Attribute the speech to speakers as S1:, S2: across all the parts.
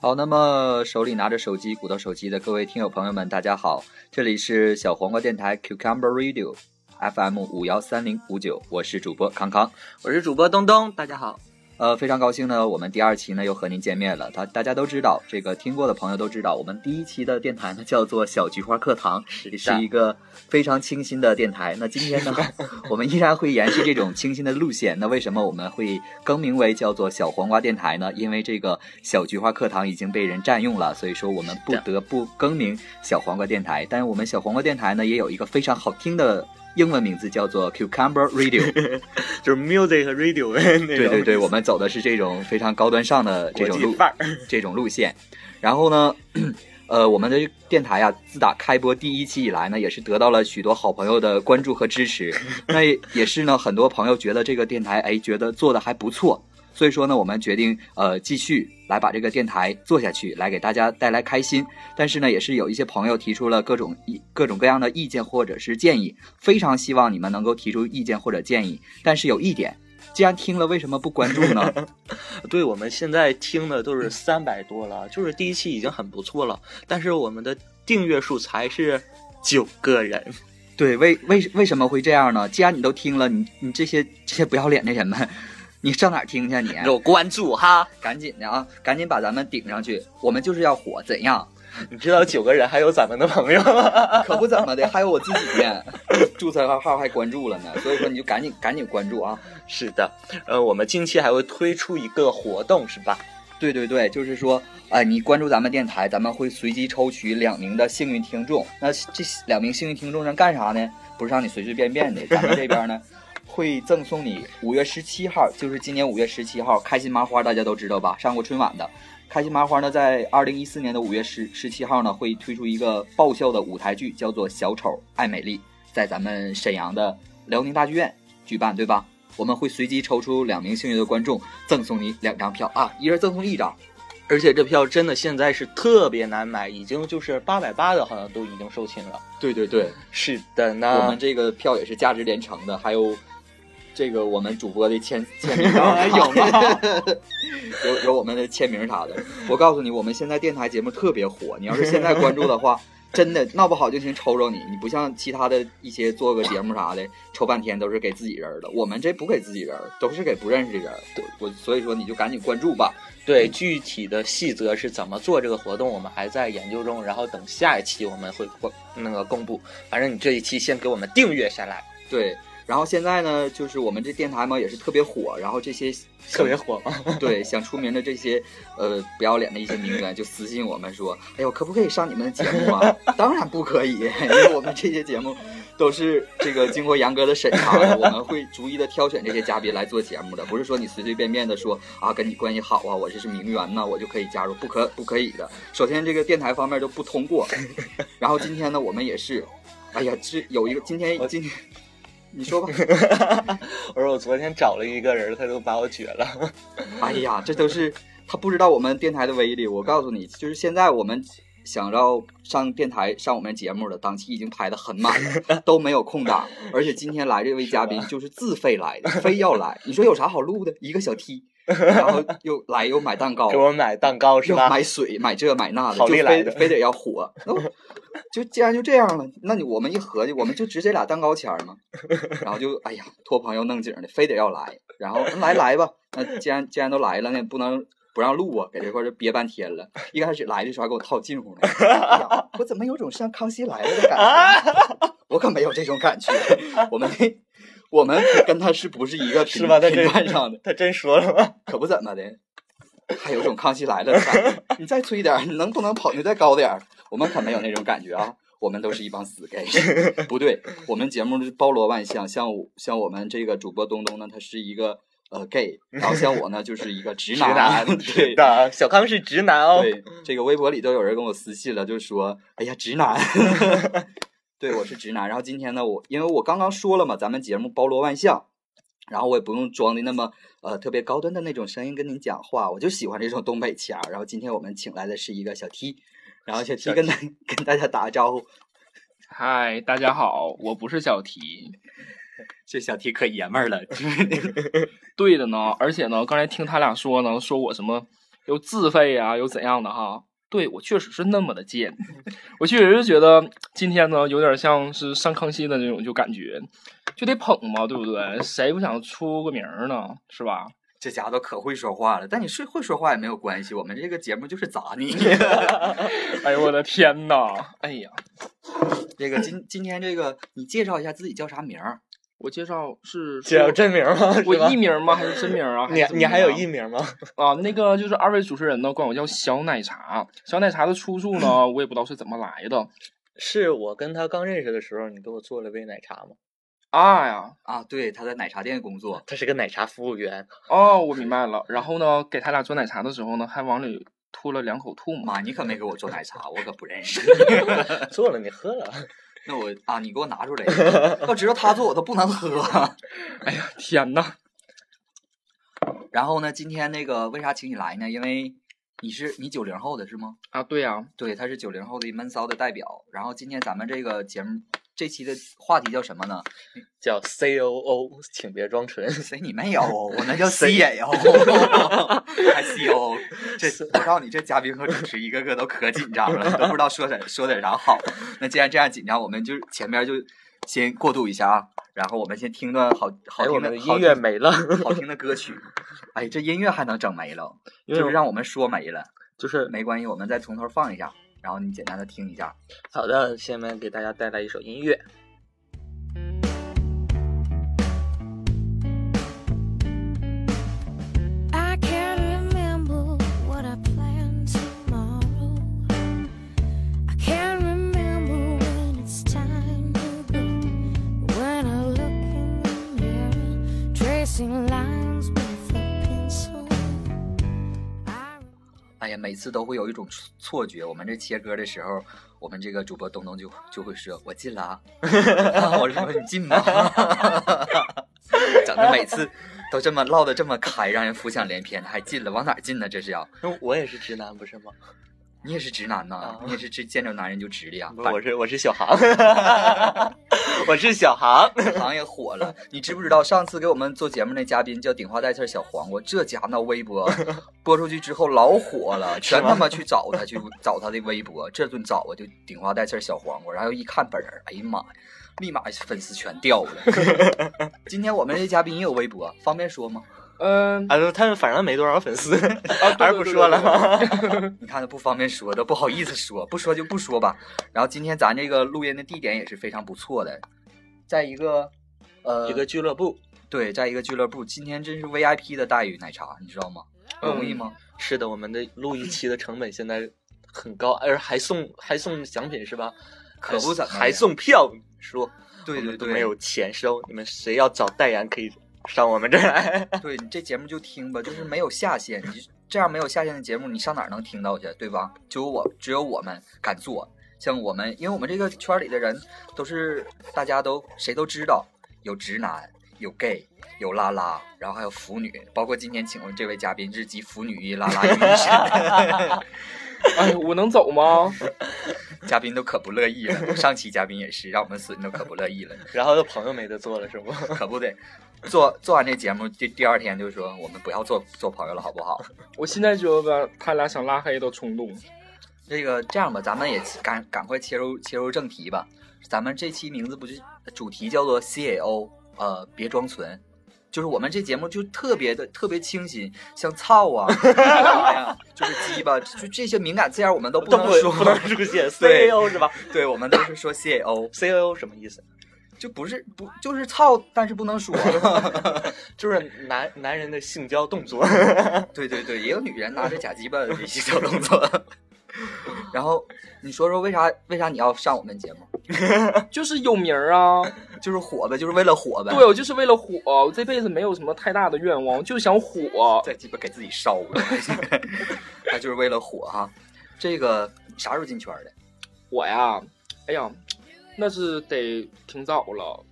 S1: 好，那么手里拿着手机、鼓捣手机的各位听友朋友们，大家好，这里是小黄瓜电台 Cucumber Radio FM 五幺三零五九，我是主播康康。
S2: 我是主播东东，大家好。
S1: 呃，非常高兴呢，我们第二期呢又和您见面了。大大家都知道，这个听过的朋友都知道，我们第一期的电台呢叫做小菊花课堂，也是一个非常清新的电台。那今天 呢，我们依然会延续这种清新的路线。那为什么我们会更名为叫做小黄瓜电台呢？因为这个小菊花课堂已经被人占用了，所以说我们不
S2: 是的
S1: 得不更名小黄瓜电台。但是我们小黄瓜电台呢也有一个非常好听的英文名字，叫做 Cucumber Radio。
S2: 就是 music 和 radio 那种
S1: 对对对，我们走的是这种非常高端上的这
S2: 国
S1: 种
S2: 际
S1: 路
S2: 范儿。
S1: 这种路线。然后呢，呃，我们的电台啊，自打开播第一期以来呢，也是得到了许多好朋友的关注和支持。那也是呢，很多朋友觉得这个电台，哎，觉得做的还不错。所以说呢，我们决定呃继续来把这个电台做下去，来给大家带来开心。但是呢，也是有一些朋友提出了各种意各种各样的意见或者是建议，非常希望你们能够提出意见或者建议。但是有一点，既然听了，为什么不关注呢？
S2: 对，我们现在听的都是
S1: 嗯
S2: 三百多了，就是第一期已经很不错了，但是我们的订阅数才是九个人。
S1: 对，为为为什么会这样呢？既然你都听了，你你这些这些不要脸的人们，你上哪儿听去啊你？
S2: 有关注哈，
S1: 赶紧的啊，赶紧把咱们顶上去，我们就是要火，怎样？
S2: 你知道九个人还有咱们的朋友吗？
S1: 可不怎么的，还有我自己呢，注册号号还关注了呢，所以说你就赶紧赶紧关注啊！
S2: 是的，呃，我们近期还会推出一个活动，是吧？
S1: 对对对，就是说，哎、你关注咱们电台，咱们会随机抽取两名的幸运听众。那这两名幸运听众能干啥呢？不是让你随随便便的，咱们这边呢。会赠送你五月十七号，就是今年五月十七号，开心麻花大家都知道吧？上过春晚的开心麻花呢，在二零一四年的五月十十七号呢，会推出一个爆笑的舞台剧，叫做《小丑爱美丽》，在咱们沈阳的辽宁大剧院举办，对吧？我们会随机抽出两名幸运的观众，赠送你两张票啊，一人赠送一张。
S2: 而且这票真的现在是特别难买，已经就是八百八的，好像都已经售罄了。
S1: 对对对，
S2: 是的呢，
S1: 我们这个票也是价值连城的，还有这个我们主播的签签名 照
S2: 有吗？
S1: 有有我们的签名啥的。我告诉你，我们现在电台节目特别火，你要是现在关注的 话，真的闹不好就行抽着你。你不像其他的一些做个节目啥的，抽半天都是给自己人儿的，我们这不给自己人儿，都是给不认识的人儿。我所以说你就赶紧关注吧。
S2: 对，具体的细则是怎么做这个活动，我们还在研究中，然后等下一期我们会公那个公布。反正你这一期先给我们订阅下来，
S1: 对，然后现在呢，就是我们这电台嘛也是特别火，然后这些
S2: 特别火吗？
S1: 对，想出名的这些呃不要脸的一些名媛就私信我们说，哎呦，可不可以上你们的节目啊？当然不可以， 因为我们这些节目都是这个经过严格的审查的，我们会逐一的挑选这些嘉宾来做节目的，不是说你随随便便的说啊跟你关系好啊，我这是名媛呐，我就可以加入，不可不可以的。首先这个电台方面都不通过，然后今天呢，我们也是，哎呀，这有一个今天今天。你说吧，
S2: 我说我昨天找了一个人，他都把 我绝了。
S1: 哎呀，这都是他不知道我们电台的威力。我告诉你，就是现在我们想要上电台上我们节目的档期已经排得很满了，都没有空档。而且今天来这位嘉宾就是自费来的，非要来。你说有啥好录的？一个小 T，然后又来又买蛋糕
S2: 给，我买蛋糕是
S1: 又
S2: 吧？
S1: 买水，买这买那的，
S2: 好
S1: 就
S2: 利来
S1: 非
S2: 的
S1: 非得要火。那我就既然就这样了，那你我们一合计，我们就值这俩蛋糕钱儿 嘛。然后就哎呀，托朋友弄景儿的，非得要来。然后嗯来来吧，那既然既然都来了，那也不能不让录啊，给这块儿就憋半天了。一开始来的时候还给我套近乎呢，哎呀，我怎么有种上康熙来了的感觉？ 我可没有这种感觉，我们。我们跟他是不是一个频
S2: 是吧他这
S1: 频段上的？
S2: 他真说了吗？
S1: 可不怎么的，还有种康熙来了的感觉。你再吹点儿，你能不能跑得再高点儿？我们可没有那种感觉啊，我们都是一帮死 gay。不 对，我们节目是包罗万象，像我像我们这个主播东东呢，他是一个呃 gay，然后像我呢就是一个直男， 对
S2: 是。的，小康是直男哦。
S1: 对，这个微博里都有人跟我私信了，就说：“哎呀，直 男。”对，我是直男。然后今天呢，我因为我刚刚说了嘛，咱们节目包罗万象，然后我也不用装的那么呃特别高端的那种声音跟您讲话，我就喜欢这种东北腔儿。然后今天我们请来的是一个小 T，然后小 T
S2: 小
S1: 跟大 跟大家打个招呼，
S3: 嗨，大家好，我不是小提，
S1: 这小 T 可爷们儿了，
S3: 对的呢。而且呢，刚才听他俩说呢，说我什么又自费呀、又怎样的哈。对我确实是那么的贱， 我确实是觉得今天呢有点像是上康熙的那种，就感觉就得捧嘛，对不对？谁不想出个名儿呢？是吧？
S1: 这家伙可会说话了，但你是会说话也没有关系，我们这个节目就是砸 你。
S3: 哎呦我的天呐！哎呀，
S1: 这个今今天这个，你介绍一下自己叫啥名儿？
S3: 我介绍是
S2: 这有真名吗？是
S3: 我
S2: 吧
S3: 艺名吗？还是真名啊？
S2: 你
S3: 是怎么
S2: 你还
S3: 样
S2: 有艺名吗？
S3: 啊，那个就是二位主持人呢，管我叫小奶茶。小奶茶的出 处呢，我也不知道是怎么来的。
S2: 是我跟他刚认识的时候，你给我做了杯奶茶吗？
S3: 啊呀，
S1: 啊，对，他在奶茶店工作。
S2: 他是个奶茶服务员，
S3: 哦，我明白了。然后呢，给他俩做奶茶的时候呢，还往里吐了两口吐沫。
S1: 妈，你可没给我做奶茶，我可不认识。
S2: 做了你喝了，
S1: 那我啊，你给我拿出来一个，要知道他做我都不能喝。啊
S3: 哎呀，天呐！
S1: 然后呢，今天那个为啥请你来呢？因为你是你九零后的是吗？
S3: 啊，对呀、
S1: 对，他是九零后的闷骚的代表。然后今天咱们这个节目这期的话题叫什么呢？
S2: 叫 C O O，请别装 纯。
S1: 谁你没有？我 那叫 C
S2: 谁
S1: 也有， 还 C O。这我告诉你，这嘉宾和主持一个个都可紧张了，都不知道说点说点啥好。那既然这样紧张，我们就前面就先过渡一下啊，然后我们先听段好好
S2: 哎，我
S1: 听
S2: 们
S1: 的
S2: 的
S1: 好
S2: 音乐
S1: 听
S2: 没了，
S1: 好听的歌曲。哎，这音乐还能整没了？
S2: 因
S1: 就是
S2: 为
S1: 让我们说没了，
S2: 就是
S1: 没关系，我们再从头放一下，然后你简单的听一下。
S2: 好的，下面给大家带来一首音乐。
S4: I can't remember what I plan tomorrow. I can't remember when it's time to go. When I look in the mirror, tracing lines with a pencil. I
S1: 哎呀，每次都会有一种错错觉。我们这切歌的时候，我们这个主播东东就就会说：“我进了啊。” 我说：“你进吧。” 整的每次都这么唠的这么开，让人浮想联翩。还进了，往哪儿进呢？这是要
S2: 我也是直男，不是吗？
S1: 你也是直男呐、
S2: 啊
S1: 你也是直见着男人就直的呀、
S2: 不是，我是我是小 航，我是小航。
S1: 反正行也火了。你知不知道上次给我们做节目那嘉宾叫顶花带刺儿小黄瓜，这家那微博播出去之后老火了，全他妈去找他去找他的微博，这顿找啊就顶花带刺儿小黄瓜，然后一看本人，哎呀妈呀，立马粉丝全掉了。今天我们这嘉宾也有微博，方便说吗？
S3: 嗯、
S2: 啊，他们反正没多少粉丝，
S3: 啊，对
S2: 还是不说。
S3: 对对对对
S2: 了。
S1: 你看他不方便说，都不好意思说， 不说就不说吧。然后今天咱这个录音的地点也是非常不错的，在一个呃
S2: 一个俱乐部
S1: 对，在一个俱乐部，今天真是 VIP 的待遇，奶茶，你知道吗？容易吗？
S2: 是的，我们的录一期的成本现在很高，而还送还送奖品是吧？
S1: 可不咋的
S2: 还送票说
S1: 对
S2: 嗯
S1: 对
S2: 我们都
S1: 对，
S2: 没有钱收，你们谁要找代言可以上我们这儿来。
S1: 对你这节目就听吧，就是没有下限，你就这样没有下限的节目，你上哪儿能听到去，对吧？只有我，只有我们敢做。像我们，因为我们这个圈里的人都是大家都谁都知道，有直男，有 gay，有拉拉，然后还有腐女，包括今天请问这位嘉宾是集腐女与拉拉于一身。
S3: 哎，我能走吗？
S1: 嘉宾都可不乐意了。上期嘉宾也是，让我们损都可不乐意了，
S2: 然后朋友没得做了是不？
S1: 可不得。做做完这节目，第第二天就说我们不要做做朋友了，好不好？
S3: 我现在觉得他俩想拉黑的冲动。
S1: 这个这样吧，咱们也赶赶快切入切入正题吧。咱们这期名字不就主题叫做 C A O，呃，别装纯，就是我们这节目就特别的特别清新，像操啊，哎呀，就是鸡巴，就这些敏感字眼我们都不
S2: 都
S1: 能
S2: 不
S1: 说，
S2: 不能出 现
S1: 对
S2: CEO 是吧
S1: 对我们都是说 C A O，
S2: ？CEO 什么意思？
S1: 就不是不就是操，但是不能说。
S2: 就是男男人的性交动作。
S1: 对对对，也有女人拿着假鸡巴的一些小动作。然后你说说为啥为啥你要上我们节目？
S3: 就是有名儿啊，
S1: 就是火呗，就是为了火呗。
S3: 对我就是为了火，我这辈子没有什么太大的愿望，就想火。
S1: 再鸡巴给自己烧了， 他就是为了火哈。这个啥时候进圈的？
S3: 我呀，哎呀，那是得挺早了，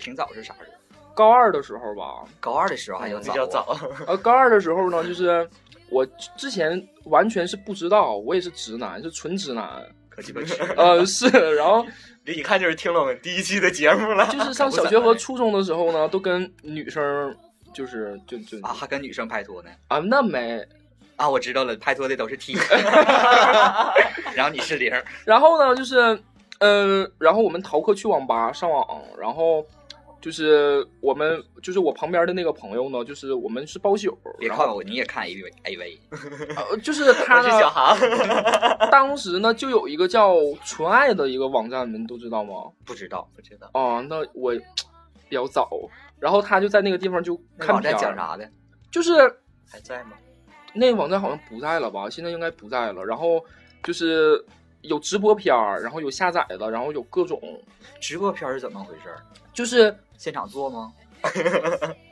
S1: 挺早是啥时候？
S3: 高二的时候吧。
S1: 高二的时候还
S3: 嗯
S1: 有
S2: 比较
S1: 早啊。
S2: 早，
S3: 呃，高二的时候呢，就是我之前完全是不知道，我也是直男，是纯直男，
S1: 可鸡巴迟。
S3: 呃， 是，然后
S2: 这一看就是听了我们第一期的节目了。
S3: 就是上小学和初中的时候呢，都跟女生就是就就
S1: 啊啊，还跟女生拍拖呢？
S3: 啊，那没
S1: 啊，我知道了，拍拖的都 是 T，然后你是零，
S3: 然后呢，就是，嗯，然后我们逃课去网吧上网，然后就是我们就是我旁边的那个朋友呢，就是我们是包宿，
S1: 别
S3: 然
S1: 看
S3: 后、
S1: 我，你也看 AV AV，
S3: 呃就是 他
S1: 我是小
S3: 呢，
S1: 航，
S3: 当时呢就有一个叫纯爱的一个网站，你们都知道吗？
S1: 不知道不知道，
S3: 哦，那我比较早，然后他就在那个地方就
S1: 那
S3: 看
S1: 网站
S3: 片
S1: 讲
S3: 儿，
S1: 啥的
S3: 就是
S1: 还在吗？
S3: 那网站好像不在了吧？现在应该不在了。然后就是有直播片儿，然后有下载的，然后有各种，
S1: 直播片儿是怎么回事儿？
S3: 就是
S1: 现场做吗？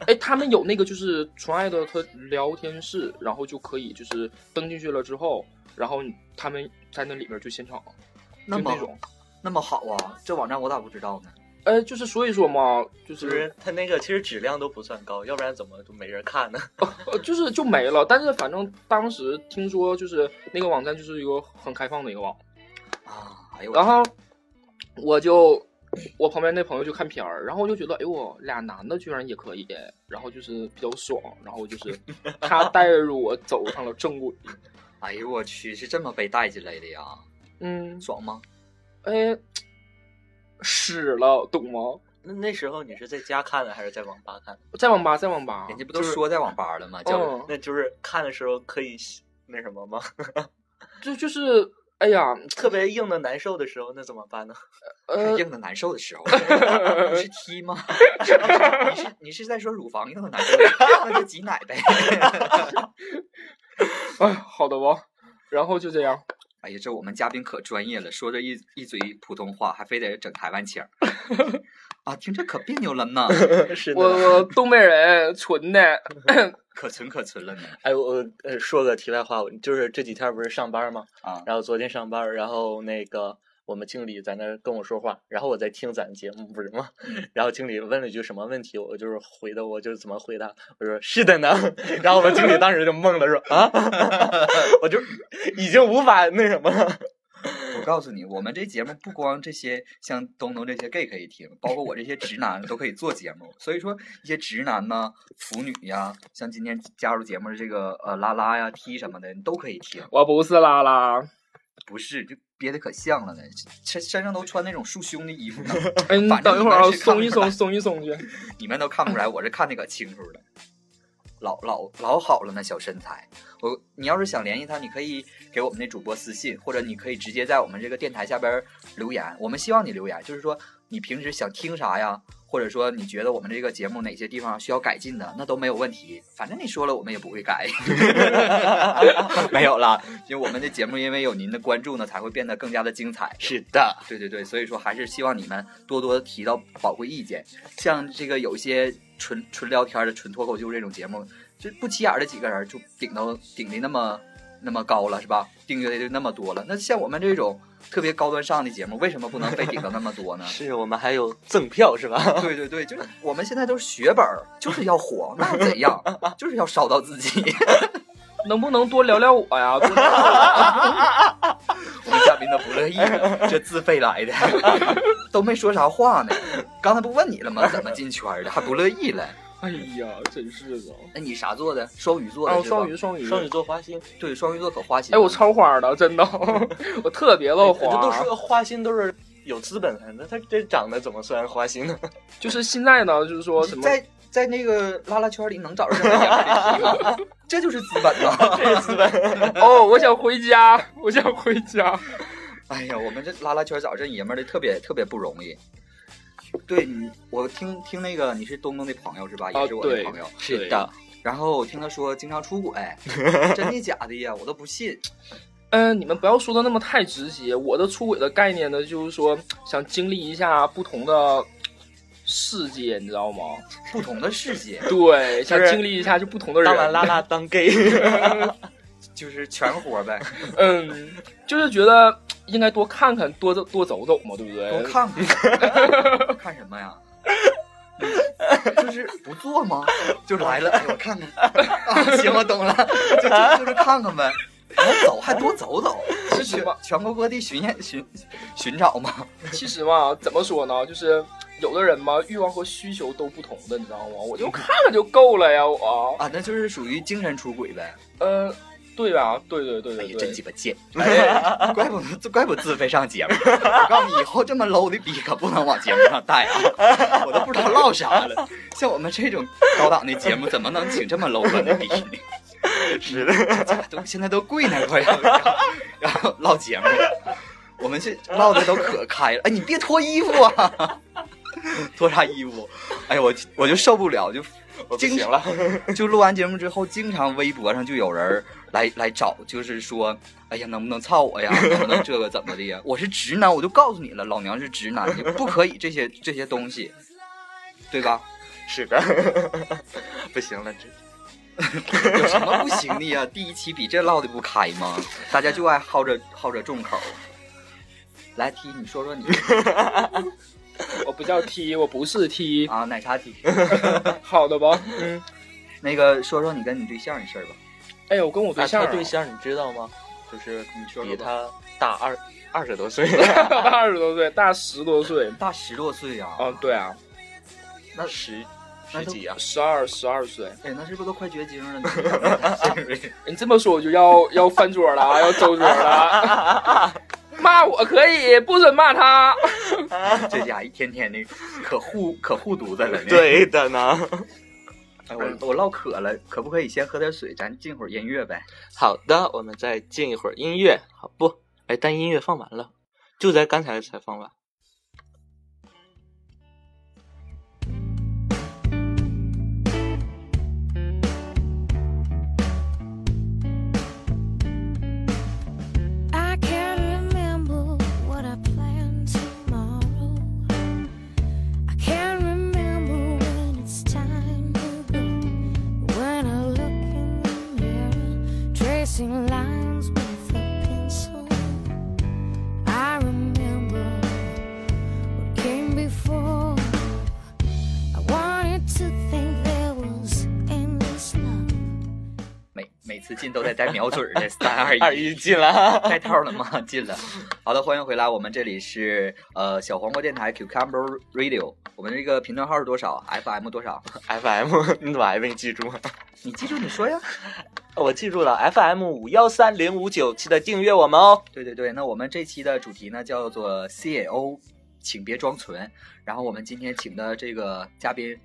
S3: 哎，他们有那个就是纯爱的他聊天室，然后就可以就是登进去了之后，然后他们在那里边就现场
S1: 那
S3: 就那
S1: 么
S3: 种，
S1: 那么好啊，这网站我咋不知道呢？
S3: 哎，就是所以说嘛，就
S2: 就是是它那个其实质量都不算高，要不然怎么就没人看呢？
S3: 呃就是就没了。但是反正当时听说就是那个网站就是一个很开放的一个网，
S1: 啊，哎呦我
S3: 然后我就我旁边那朋友就看片儿，然后我就觉得，哎呦我俩男的居然也可以，然后就是比较爽，然后就是 他带着我走上了正轨，
S1: 哎呦我去，是这么被带进来的呀？
S3: 嗯，
S1: 爽吗？
S3: 哎，屎了，懂吗？
S2: 那那时候你是在家看的还是在网吧看的？
S3: 在网吧，在网吧，
S1: 人家不都说在网吧了吗？叫
S3: 嗯，
S2: 那就是看的时候可以那什么吗？
S3: 就就是，哎呀，
S2: 特别硬的难受的时候，那怎么办呢？
S3: 呃，
S1: 硬的难受的时候，你是 T 吗？你是你是在说乳房硬的难受？那就挤奶呗。
S3: 哎，好的吧，然后就这样，
S1: 哎呀，这我们嘉宾可专业了，说着一一嘴普通话，还非得整台湾腔儿 啊，听着可别扭了呢，
S2: 是
S3: 我我东北人，纯的，
S1: 可纯可纯了呢
S2: 哎，我呃说个题外话，我就是这几天不是上班吗？
S1: 啊！
S2: 然后昨天上班，然后那个我们经理在那儿跟我说话，然后我在听咱节目不是吗？ 然后经理问了一句什么问题，我就是回的，我就是怎么回答，我说是的呢。 然后我们经理当时就懵了，说啊， 我就已经无法那什么 了。
S1: 我告诉你，我们这节目不光这些像东东这些 gay 可以听，包括我这些直男都可以做节目。所以说，一些直男呐、腐女呀、像今天加入节目的这个呃拉拉呀、T 什么的，你都可以听。
S3: 我不是拉拉，
S1: 不是，就憋得可像了呢，身身上都穿那种束胸的衣服呢。
S3: 哎，你
S1: 反正
S3: 等一会儿
S1: 你
S3: 啊，
S1: 们是看
S3: 松
S1: 不
S3: 一
S1: 出来
S3: 松，松一松去，
S1: 你们都看不出来，我这看的可清楚了，老老老好了那小身材。我你要是想联系他，你可以给我们那主播私信，或者你可以直接在我们这个电台下边留言。我们希望你留言，就是说你平时想听啥呀，或者说你觉得我们这个节目哪些地方需要改进的，那都没有问题。反正你说了，我们也不会改。 没有啦，因为我们的节目因为有您的关注呢，才会变得更加的精彩。
S2: 是的，
S1: 对对对，所以说还是希望你们多多提到宝贵意见。像这个有一些纯纯聊天的、纯脱口秀这种节目，就不起眼儿的几个人就顶到顶的那么那么高了，是吧？订阅的就那么多了。那像我们这种特别高端上的节目，为什么不能被顶到那么多呢？
S2: 是我们还有赠票是吧？
S1: 对对对，就是我们现在都是血本儿，就是要火，那又怎样？就是要烧到自己。
S3: 能不能多聊聊我呀？多聊聊我
S1: 我们嘉宾都不乐意了，这自费来的， 都没说啥话呢。刚才不问你了吗？怎么进圈儿的？还不乐意了？
S3: 哎呀，真是的，
S1: 那你啥座的？双鱼座的、
S3: 啊，
S1: 是吧
S3: 双鱼，双鱼，
S2: 双鱼。座花 心，
S1: 对，双鱼座可花心。
S3: 哎，我，超花的，真 的，我特别的
S2: 哎这都
S3: 花。
S2: 说花心都是有资本的，那他这长得怎么算花心呢？
S3: 就是现在呢，就是说什么
S1: 在在那个拉拉圈里能找着这么娘们 儿的题吗？这就是资本呐！
S2: 这是资本。
S3: 哦，我想回家，我想回家。
S1: 哎呀，我们这拉拉圈找这爷们儿的特别特别不容易。对，你我听听那个你是东东的朋友是吧？啊也是我的
S3: 对
S1: 朋友。
S3: 是
S2: 的，
S1: 然后我听他说经常出 轨，真的假的呀？我都不信。
S3: 嗯、你们不要说的那么太直接。我的出轨的概念呢，就是说想经历一下不同的世界，你知道吗？
S1: 不同的世界，
S3: 对，想
S2: 就是
S3: 经历一下就不同的人。
S2: 当完拉拉当 gay，
S1: 就是全活呗，
S3: 嗯，就是觉得应该多看看，多走多走走嘛，对不对？
S1: 多看 看。看什么呀？就是不做吗？就来了，哎我看 看。啊，行，我懂了，就就就是看看呗。然后哎走还多走走，
S3: 其
S1: 是
S3: 实
S1: 全
S3: 吧，
S1: 全国各地巡演寻寻找吗？
S3: 其实嘛，怎么说呢？就是有的人嘛，欲望和需求都不同的，
S2: 嗯
S3: 你知道吗？我就看看就够了呀，我。
S1: 啊，那就是属于精神出轨呗。
S3: 嗯，对啊，对对对
S1: 哎
S3: 对
S1: 呀，真
S3: 对
S1: 鸡，巴贱！哎，怪不得怪不得自费上节目。我告诉你，以后这么 low 的逼可不能往节目上带啊！我都不知道唠啥了。像我们这种高档的节目，怎么能请这么 low 的逼呢？
S2: 是的，
S1: 都现在都跪那块儿了，然后唠节目，我们这唠的都可开了。哎，你别脱衣服啊！ 脱啥衣服？哎呀，我我就受不了，就
S2: 我不
S1: 经
S2: 行了，
S1: 就录完节目之后，经常微博上就有人儿来来找，就是说，哎呀，能不能操我呀？能不能这个怎么的呀？我是直男，我就告诉你了，老娘是直男，你不可以这些这些东西，对吧？
S2: 是的，不行了，这
S1: 有什么不行的呀？第一期比这唠的不开吗？大家就爱好着好着重口。来 T，你说说你
S3: 我不叫 T，我不是 T，
S1: 啊，奶茶 T，
S3: 好 的吧？嗯，
S1: 那个说说你跟你对象的事儿吧。
S3: 哎呦，我跟我对
S2: 啊
S3: 象啊，
S2: 他对象你知道吗？就是
S1: 你说说
S2: 比
S1: 吧
S2: 他大二二十多岁，啊
S3: 大 二十多岁，大十多岁。
S1: 大十多岁呀、啊，
S2: 哦
S3: 啊，对啊，
S1: 那
S2: 十
S1: 那
S2: 十
S1: 都
S2: 几啊，
S3: 十二十二岁，
S1: 哎，那是不是都快绝经了？ 你
S3: 你这么说我就要要翻桌了啊，要周桌了啊。 骂我可以，不准骂他。
S1: 这家一天天的可护可护犊子了呢。，
S2: 对的呢。
S1: 哎、我我唠渴了，可不可以先喝点水？咱进会儿音乐呗。
S2: 好的，我们再进一会儿音乐，好不？哎，但音乐放完了，就在刚才才放完。
S4: I can't remember what I plan tomorrow. I can't remember when it's time to go. When I look in the mirror, tracing lines with a pencil, I remember what came before. I wanted to think there was endless love.
S1: 每每次进都得带瞄准儿的三二
S2: 二
S1: 一。
S2: 一进了 啊，
S1: 带套了吗？进了。好的，欢迎回来，我们这里是呃小黄瓜电台 Cucumber Radio，我们这个频段号是多少？FM 多少？
S2: FM，你怎 么还没记住啊？
S1: 你记住你说呀。
S2: 我记住了，FM 五幺三零五九，记得订阅我们哦。
S1: 对对对，那我们这期的主题呢叫做 CAO，请别装纯。然后我们今天请的这个嘉宾，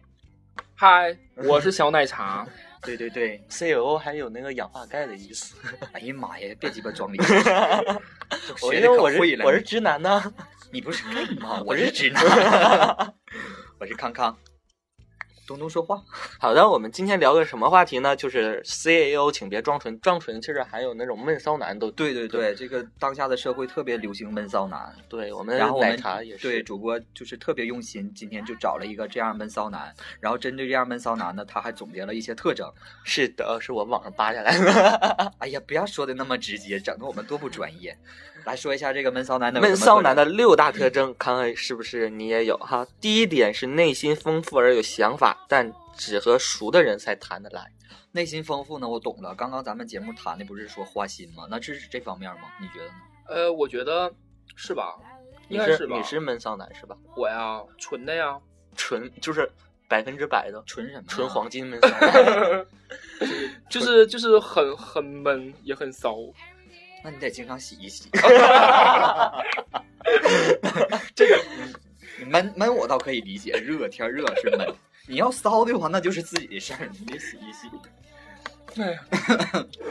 S3: 嗨，我是小奶 茶。
S1: 对对对，
S2: C E O 还有那个氧化钙的意思，
S1: 哎呀妈呀，别鸡巴 装逼，学
S2: 因
S1: 的
S2: 为
S1: 可
S2: 我是
S1: 会了。
S2: 我是直男呢、
S1: 你 不是 gay 吗？我是直男， 我是康康。东东说话，
S2: 好的，我们今天聊个什么话题呢？就是 C A O，请别装纯，装纯其实还有那种闷骚男都
S1: 对对对，这个当下的社会特别流行闷骚男，
S2: 对，我们
S1: 然后我
S2: 奶
S1: 们
S2: 茶也是
S1: 对主播就是特别用心，今天就找了一个这样闷骚男，然后针对这样闷骚男呢，他还总结了一些特征。
S2: 是的，是我网上扒下来的。
S1: 哎呀，不要说的那么直接，整的我们多不专业。 来说一下这个闷骚男的
S2: 闷骚男的六大特征，看看是不是你也有哈？第一点是内心丰富而有想法，但只和熟的人才谈得来。
S1: 内心丰富呢，我懂了。刚刚咱们节目谈的不是说花心吗？那这是这方面吗？你觉得呢？
S3: 呃，我觉得是吧？应
S2: 你
S3: 该
S2: 是
S3: 吧？
S2: 你是闷骚男是吧？
S3: 我呀，纯的呀。
S2: 纯就是百分之百的
S1: 纯什么呢？
S2: 纯黄金闷骚男。
S3: 就是就是很很闷，也很骚。
S1: 那你得经常洗一 洗。
S3: 这个
S1: 闷闷我倒可以理解，热天热是闷。你要骚的话，那就是自己的事儿，你得洗一洗，
S3: 哎呀，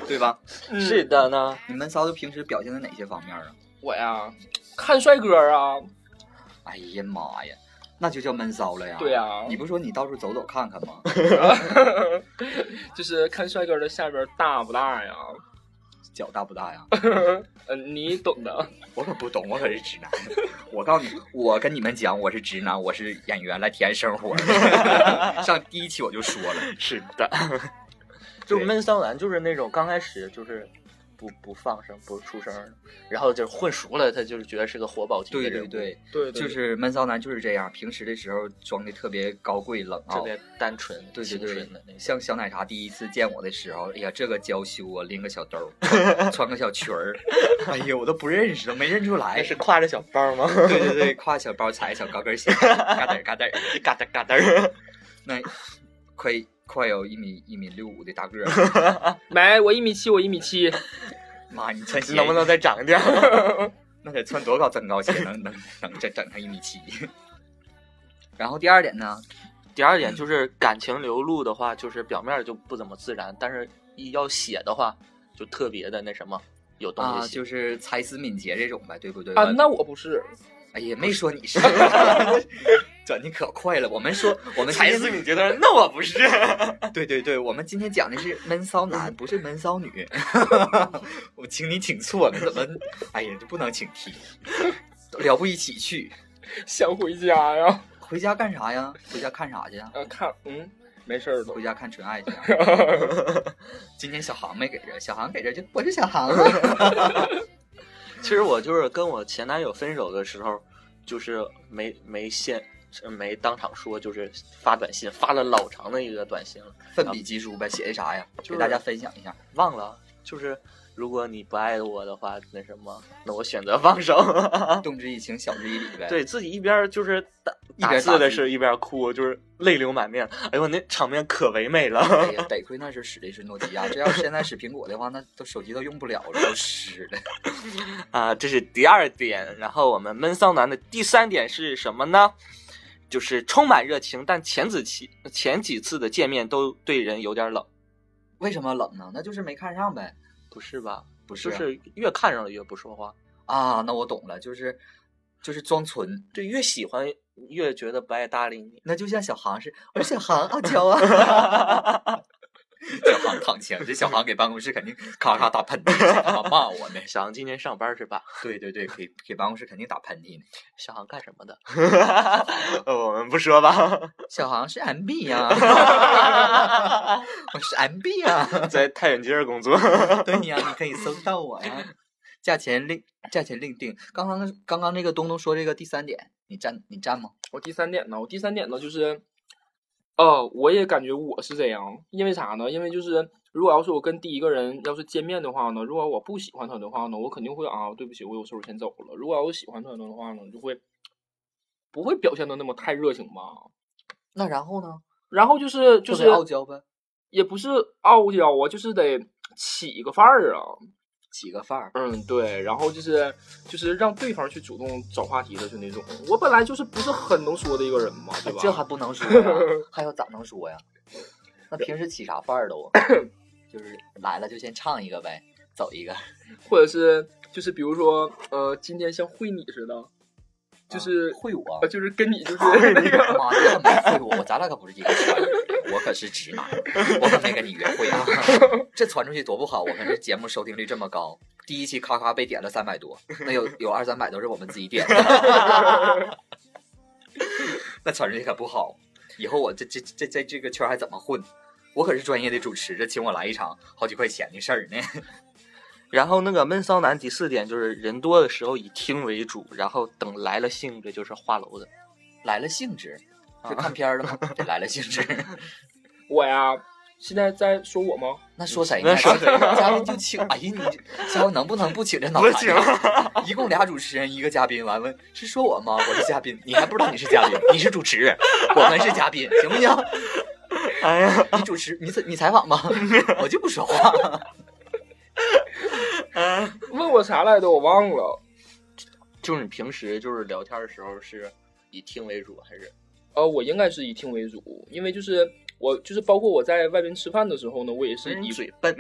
S1: 对吧？
S3: 嗯
S2: 是的呢，
S1: 你闷骚的平时表现在哪些方面啊？
S3: 我呀，看帅哥啊，
S1: 哎呀妈呀，那就叫闷骚了呀！
S3: 对呀
S1: 你不是说你到处走走看看吗？
S3: 就是看帅哥的下边大不大呀？
S1: 脚大不大呀？
S3: 嗯，你懂的。
S1: 我可不懂，我可是直男。我告诉你，我跟你们讲，我是直男，我是演员来体验生活 的。上第一期我就说了，
S2: 是的，就是
S1: 对
S2: 闷骚男，就是那种刚开始就是不不放声不出声儿，然后就是混熟了，他就是觉得是个活宝级
S1: 对
S2: 的
S1: 对
S2: 人物，
S1: 对，
S3: 对，对
S1: 就是闷骚男就是这样，平时的时候装的特别高贵冷
S2: 特
S1: 傲。
S2: 别单纯、
S1: 对对
S2: 清
S1: 对
S2: 纯的那，种。
S1: 像小奶茶第一次见我的时候，哎呀，这个娇羞啊，拎个小兜儿， 穿个小裙儿，哎呀，我都不认识，没认出来
S2: 那。哎是挎着小包 吗？
S1: 对对对，挎 小包，踩小高跟鞋，嘎噔儿嘎噔儿。
S2: 嘎哒嘎哒儿，
S1: 那可以快有一米一米六五的大个儿。
S3: 没，我一米七，我一米七，
S1: 妈，你穿鞋
S2: 能不能再长点儿？
S1: 那得穿多高增高鞋能能能整整上一米七？ 然后第二点呢，
S2: 第二点就是感情流露的话，就是表面就不怎么自然，但是一要写的话，就特别的那什么，有东
S1: 啊，
S2: 西 写。
S1: 就是才思敏捷这种呗，对不对？
S3: 啊，那我不是，
S1: 哎呀，没说你 是，转的可快了。我们说，我们
S2: 才
S1: 今
S2: 思
S1: 天
S2: 敏捷的人，那我不是。
S1: 对对对，我们今天讲的是闷骚男，不是闷骚女。 我请你请错了，怎么？哎呀，这不能请题，聊不一起去。
S3: 想回家呀。
S1: 回家干啥呀？回家看啥去呀？
S3: 呃，看，嗯，没事儿都
S1: 回家看纯爱去啊。 今天小航没给这，小航给这就我是小航啊。
S2: 其实我就是跟我前男友分手的时候，就是没没现没当场说，就是发短信，发了老长的一个短信了，
S1: 奋笔疾书呗，写的啥呀？给
S2: 就是
S1: 大家分享一下。
S2: 忘了，就是。如果你不爱我的话，那什么，那我选择放手。
S1: 啊
S2: 啊
S1: 动之以情，晓之以理呗。
S2: 对自己一边儿就是打
S1: 一边
S2: 打
S1: 打
S2: 字的
S1: 字
S2: 时候一边哭，就是泪流满面。哎呦，那场面可唯美了。
S1: 哎呀，得亏那时使的是诺基亚，这要现在使苹果的话，那都手机都用不了了，都湿了。
S2: 啊，这是第二点。然后我们闷骚男的第三点是什么呢？就是充满热情，但前几期前几次的见面都对人有点冷，
S1: 为什么冷呢？那就是没看上呗。
S2: 不是吧？
S1: 不是
S2: 就
S1: 啊
S2: 是越看上了越不说话，
S1: 啊，那我懂了，就是就是装纯。
S2: 对，越喜欢越觉得不爱搭理你。
S1: 那就像小航似的，我说小航傲娇啊。 小航躺枪，这小航给办公室肯定咔咔打喷嚏，小航骂我呢。
S2: 小航今天上班是吧？
S1: 对对对，给给办公室肯定打喷嚏呢。
S2: 小航干什么的？呃我们不说 吧，
S1: 小航是 MB 呀， 我是 MB 呀。
S2: 在太原街儿工作。
S1: 对呀，你可以搜到我呀。价钱另价钱另定。刚刚那刚刚那个东东说这个第三点，你站你站吗？
S3: 我第三点呢，我第三点呢就是，哦，我也感觉我是这样，因为啥呢？因为就是如果要是我跟第一个人要是见面的话呢，如果我不喜欢他的话呢，我肯定会啊，对不起，我有事儿先走了。如果要是喜欢他的话呢，就会不会表现的那么太热情吧。
S1: 那然后呢？
S3: 然后就是就
S1: 特
S3: 是
S1: 别傲娇呗，
S3: 也不是傲娇啊，就是得起个范儿啊。
S1: 起个范儿。
S3: 嗯，对，然后就是就是让对方去主动找话题的，就那种。我本来就是不是很能说的一个人嘛，对吧？
S1: 这还不能 说呀？还有咋能说呀？那平时起啥范儿 都，就是来了就先唱一个呗，走一个。
S3: 或者是就是比如说呃，今天像会你似的，就是
S1: 啊、会我
S3: 呃，，就是跟你就是那个
S1: 妈，你可没会我，我咱俩可不是一个圈儿的，我可是直男，我可没跟你约会啊。这传出去多不好，我们这节目收听率这么高，第一期咔咔被点了三百多，那有有二三百都是我们自己点的，那传出去可不好。以后我这这这在这个圈儿还怎么混？我可是专业的主持，这请我来一场好几块钱的事儿呢。
S2: 然后那个闷骚男第四点就是人多的时候以听为主，然后等来了兴致就是话痨的。
S1: 来了兴致，是看片儿了吗？得来了兴致。
S3: 我呀，现在在说我吗？
S1: 那说谁呢？
S2: 那说谁
S1: 嘉宾就请，哎呀，你这嘉宾能不能不请 这脑
S2: 不
S1: 残
S2: 请
S1: 呀？ 一共俩主持人，一个嘉宾，完问是说我吗？我是嘉宾，你还不知道你是嘉宾，你是主持人，我们是嘉宾，行不 行？
S2: 哎呀，
S1: 你主持，你采你采访吗？我就不说啊话。
S3: 问我啥来着？我忘了。
S2: 就是你平时就是聊天的时候是以听为主还是？
S3: 呃，我应该是以听为主，因为就是我就是包括我在外边吃饭的时候呢，我也是以
S2: 嘴笨，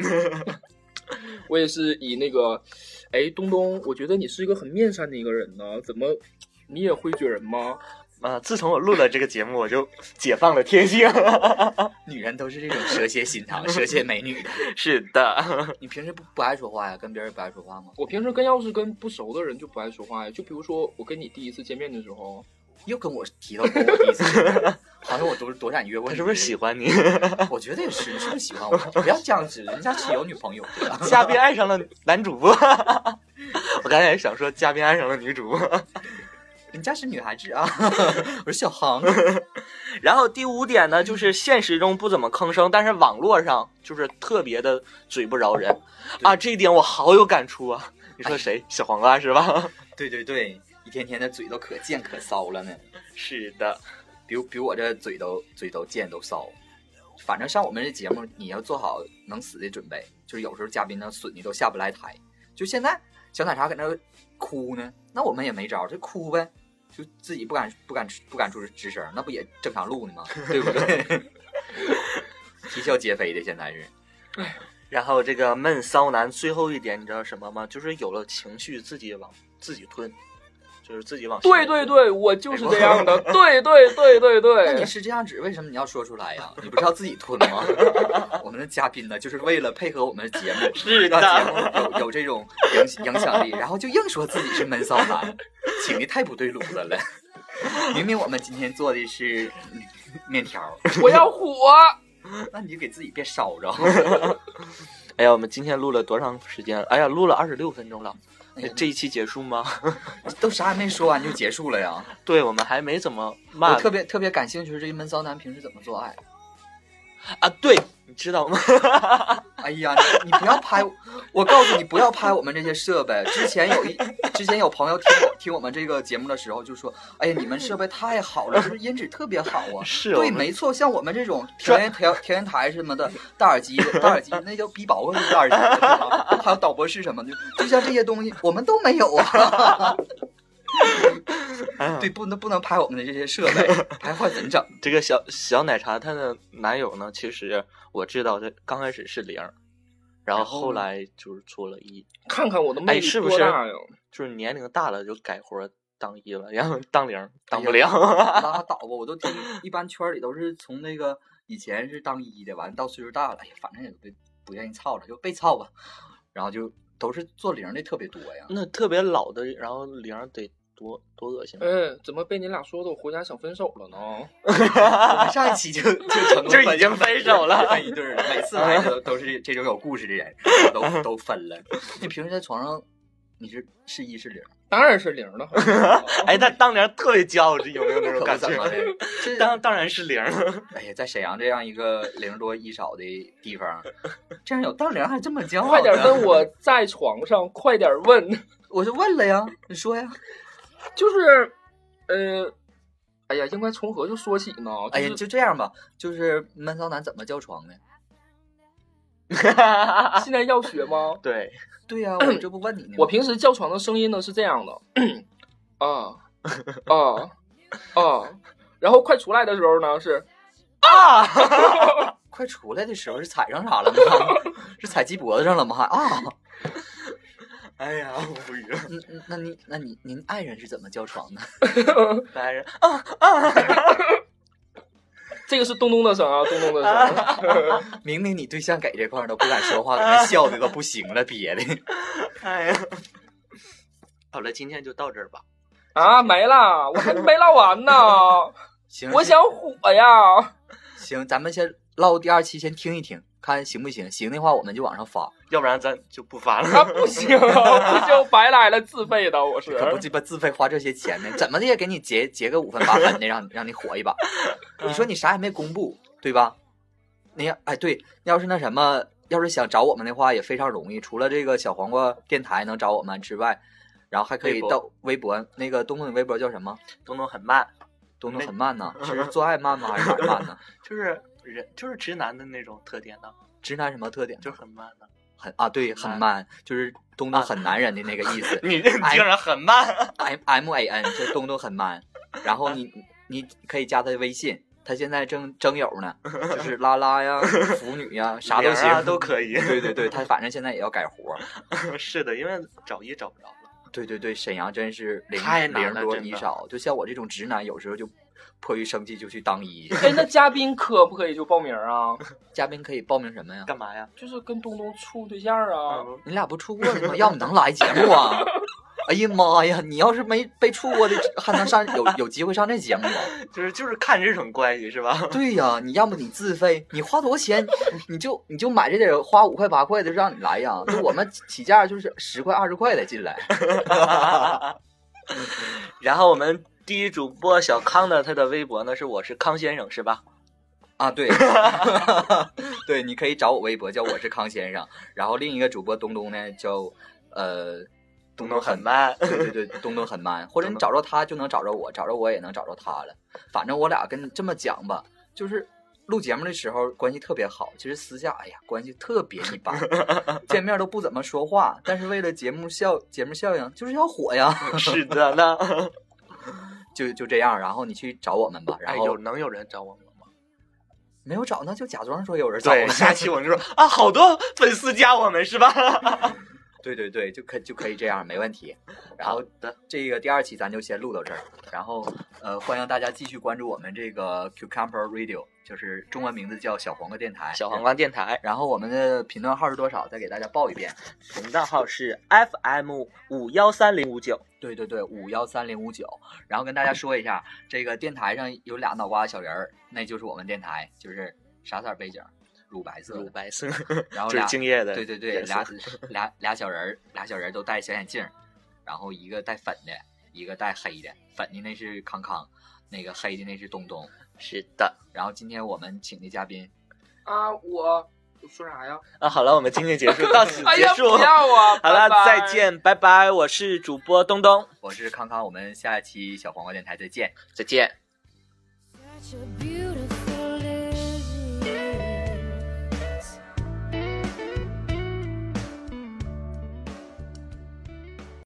S3: 我也是以那个，哎，东东，我觉得你是一个很面善的一个人呢，怎么你也会撅人吗？
S2: 啊！自从我录了这个节目，我就解放了天性。
S1: 女人都是这种蛇蝎心肠、蛇蝎美女的。
S2: 是的，
S1: 你平时不不爱说话呀？跟别人不爱说话吗？
S3: 我平时跟要是跟不熟的人就不爱说话呀，就比如说我跟你第一次见面的时候，
S1: 又跟我提到过我第一次见 面，好像我多多想约过
S2: 他
S1: 你。
S2: 是不是喜欢你？
S1: 我觉得也是，你是不是喜欢我？不要这样子，人家是有女朋友的。
S2: 嘉宾爱上了男主播， 我刚才也想说嘉宾爱上了女主播。
S1: 人家是女孩子啊， 我是小航。
S2: 然后第五点呢，就是现实中不怎么吭声，但是网络上就是特别的嘴不饶人啊！这一点我好有感触啊！你说谁？小黄瓜是吧？
S1: 对对对，一天天的嘴都可贱可骚了呢，
S2: 是的，
S1: 比比我这嘴都嘴都贱都骚。反正上我们这节目，你要做好能死的准备。就是有时候嘉宾呢损的都下不来台，就现在小奶茶搁那儿哭呢，那我们也没招儿，就哭呗，就自己不敢不敢不敢出吱声儿，那不也正常录呢吗？对不对？啼笑皆非的，现在是。
S2: 然后这个闷骚男最后一点你知道什么吗？就是有了情绪自己往自己吞，就是自己往心里
S3: 对对
S2: 吞
S3: 对，我就是这样的，对对对对
S1: 那你
S3: 对，
S1: 是这样指，为什么你要说出来 呀？你不是要自己吞吗？我们的嘉宾呢，就是为了配合我们的节目，
S2: 是
S1: 让节
S2: 的，
S1: 目有有这种影影响力，然后就硬说自己是闷骚男，请的太不对路子了。明明我们今天做的是嗯面条，
S3: 我要火。
S1: 那你就给自己别烧着。
S2: 哎呀，我们今天录了多长时间了？哎呀，录了二十六分钟了。哎这一期结束吗？
S1: 都啥也没说完就结束了 呀！
S2: 对，我们还没怎么
S1: 我
S2: 骂
S1: 特别特别感兴趣，这闷骚男平时怎么做爱？
S2: 啊。对，你知道吗？
S1: 哎呀，你你不要拍我，我告诉你不要拍我们这些设备。之前有一，之前有朋友听我听我们这个节目的时候就说，哎呀，你们设备太好了，是不是音质特别好啊？
S2: 是哦我
S1: 对，
S2: 们
S1: 没错，像我们这种
S2: 啊
S1: 调音调调音台什么的，大耳机的大耳机那叫逼薄啊，大耳机的，还有导播室什么的，就像这些东西我们都没有啊。 对，不能不能拍我们的这些设备，拍坏怎整？
S2: 这个小小奶茶她的男友呢，其实我知道这刚开始是零，然后后来就是做了一，
S3: 看看我的魅
S2: 哎，
S3: 力
S2: 是不
S3: 多
S2: 是
S3: 大呀！
S2: 就是年龄大了就改活当一了，然后当零当不
S1: 哎呀
S2: 了。
S1: 拉倒吧，我都听，一般圈里都是从那个以前是当一的，完到岁数大了，哎呀，反正也不不愿意操了，就被操吧，然后就都是做零的特别多 呀。
S2: 那特别老的，然后零得多多恶心。
S3: 哎，怎么被你俩说的我回家想分手了呢？
S1: 我们上一期就 就成功
S2: 就已
S1: 分
S2: 经分手了
S1: 分一对儿了。每次来 的都是这种有故事的人，都都分了。你平时在床上，你是是一是零，
S3: 当然是零 了。
S2: 哎，他当年特别骄傲，这有没有那
S1: 可
S2: 种
S1: 不
S2: 感
S1: 怎 么
S2: 觉？
S1: 的。这
S2: 当当然是零儿，
S1: 哎呀，在沈阳这样一个零多一少的地方，这样有当零还这么骄傲呢？
S3: 快点问我在床上，快点问，
S1: 我就问了呀，你说呀。
S3: 就是，呃，哎呀，应该从何就说起呢？
S1: 哎呀，
S3: 就
S1: 就
S3: 是
S1: 这样吧，就是闷骚男怎么叫床呢？
S3: 现在要 学吗？
S2: 对，
S1: 对 呀、我这不问你呢吗。
S3: 我平时叫床的声音呢是这样的，啊啊啊，然后快出来的时候呢是
S1: 快出来的时候是踩上啥了吗？ 是踩鸡脖子上了吗？还啊，
S2: 哎呀，无语了。
S1: 嗯嗯那你那你您爱人是怎么叫床的？
S2: 男人
S3: 这个是咚咚的声啊，咚咚的声。
S1: 明明你对象给这块儿都不敢说话，搁那笑的都不行了，憋的。
S2: 哎呀， 好了，今天就到这儿吧。
S3: 啊，没啦，我还没唠完呢，
S1: 行，
S3: 我想火呀！啊
S1: 行，咱们先唠第二期，先听一听，看行不行。行的话，我们就往上发。
S2: 要不然咱就不发
S3: 啊，
S2: 了。
S3: 不行啊，不行，白来了，自费的我是。
S1: 可不鸡巴自费花这些钱呢，怎么的也给你结结个五分八分的，让让你火一把。
S2: 嗯
S1: 你说你啥也没公布，对吧？你要哎对，要是那什么，要是想找我们的话也非常容易，除了这个小黄瓜电台能找我们之外，然后还可以
S2: 微博
S1: 到微博那个东东的微博叫什么？
S2: 东东很慢，
S1: 东东很慢呐，是做爱慢吗？还是哪儿慢呢？
S2: 就是人就是直男的那种特点呢，
S1: 直男什么特点？
S2: 就是很慢的。
S1: 很啊，对，很慢，就是东
S2: 啊
S1: 东很男人的那个意 思。
S2: 你这竟然很 慢，啊
S1: M M，M，M A N，这东东很 man。然后你你可以加他微信，他现在正征友呢，就是拉拉 呀、腐女呀，啥都
S2: 零
S1: 行，
S2: 啊都可以。
S1: 对对对，他反正现在也要改活儿。
S2: 是的，因为找也找不着了。
S1: 对对对，沈阳真是零
S2: 太难
S1: 零
S2: 了
S1: 多
S2: 真
S1: 一
S2: 的
S1: 少，就像我这种直男，有时候就迫于生计就去当一。
S3: 哎，那嘉宾可不可以就报名啊？
S1: 嘉宾可以报名什么呀？
S2: 干嘛呀？
S3: 就是跟东东处对象啊？
S2: 嗯
S1: 你俩不处过的吗？要不能来节目啊？ 哎呀妈呀！你要是没被处过的，还能上有有机会上这节目啊吗？
S2: 就是就是看这种关系 是吧？
S1: 对呀，你要么你自费，你花多少钱，你就你就买这点花五块八块的，让你来呀。就我们起价就是十块二十块的进来。
S2: 然后我们第一主播小康呢，他的微博呢是我是康先生是吧？
S1: 啊，对， 对，你可以找我微博，叫我是康先生。然后另一个主播东东呢，叫呃东东
S2: 很
S1: 很，
S2: 慢，
S1: 对对对，东东很 man。或者你
S2: 嗯
S1: 找着他就能找着我，找着我也能找着他了。反正我俩跟你这么讲吧，就是录节目的时候关系特别好，其实私下哎呀关系特别一 般，见面都不怎么说话，但是为了节目效节目效应就是要火呀，
S2: 是的呢。
S1: 就就这样，然后你去找我们吧，然
S2: 哎，
S1: 后
S2: 有能有人找我们吗？
S1: 没有找那就假装说有人找
S2: 对，下期我们就说啊，好多粉丝加我们是吧？
S1: 对对对，就可就可以这样，没问题。然
S2: 好
S1: 后
S2: 的，
S1: 这个第二期咱就先录到这儿，然后呃，欢迎大家继续关注我们这个 Cucumber Radio，就是中文名字叫小黄瓜电台。
S2: 小黄。瓜电 台
S1: 然后我们的频段号是多少？再给大家报一遍。
S2: 频道号是 FM 五幺三零五九，
S1: 对对对，五幺三零五九。然后跟大家说一下，这个电台上有俩脑瓜小人儿，那就是我们电台，就是啥色儿背景？乳白色
S2: 乳
S1: 的。
S2: 白色，
S1: 然后
S2: 就是
S1: 俩
S2: 敬业的
S1: 对
S2: 颜色，
S1: 对对，俩俩俩小人儿，俩小人儿都戴小眼镜儿，然后一个戴粉的，一个戴黑的，粉的那是康康，那个黑的那是东东。
S2: 是的。
S1: 然后今天我们请的嘉宾，
S3: 啊，我我说啥呀？
S2: 啊，好了，我们今天结束，到此
S3: 哎
S2: 结
S3: 呀，
S2: 束。
S3: 不要 啊！
S2: 好了
S3: 拜，拜
S2: 再。见，拜拜。我是主播东东，
S1: 我是康康，我们下一期小黄瓜电台再见。
S2: 再见。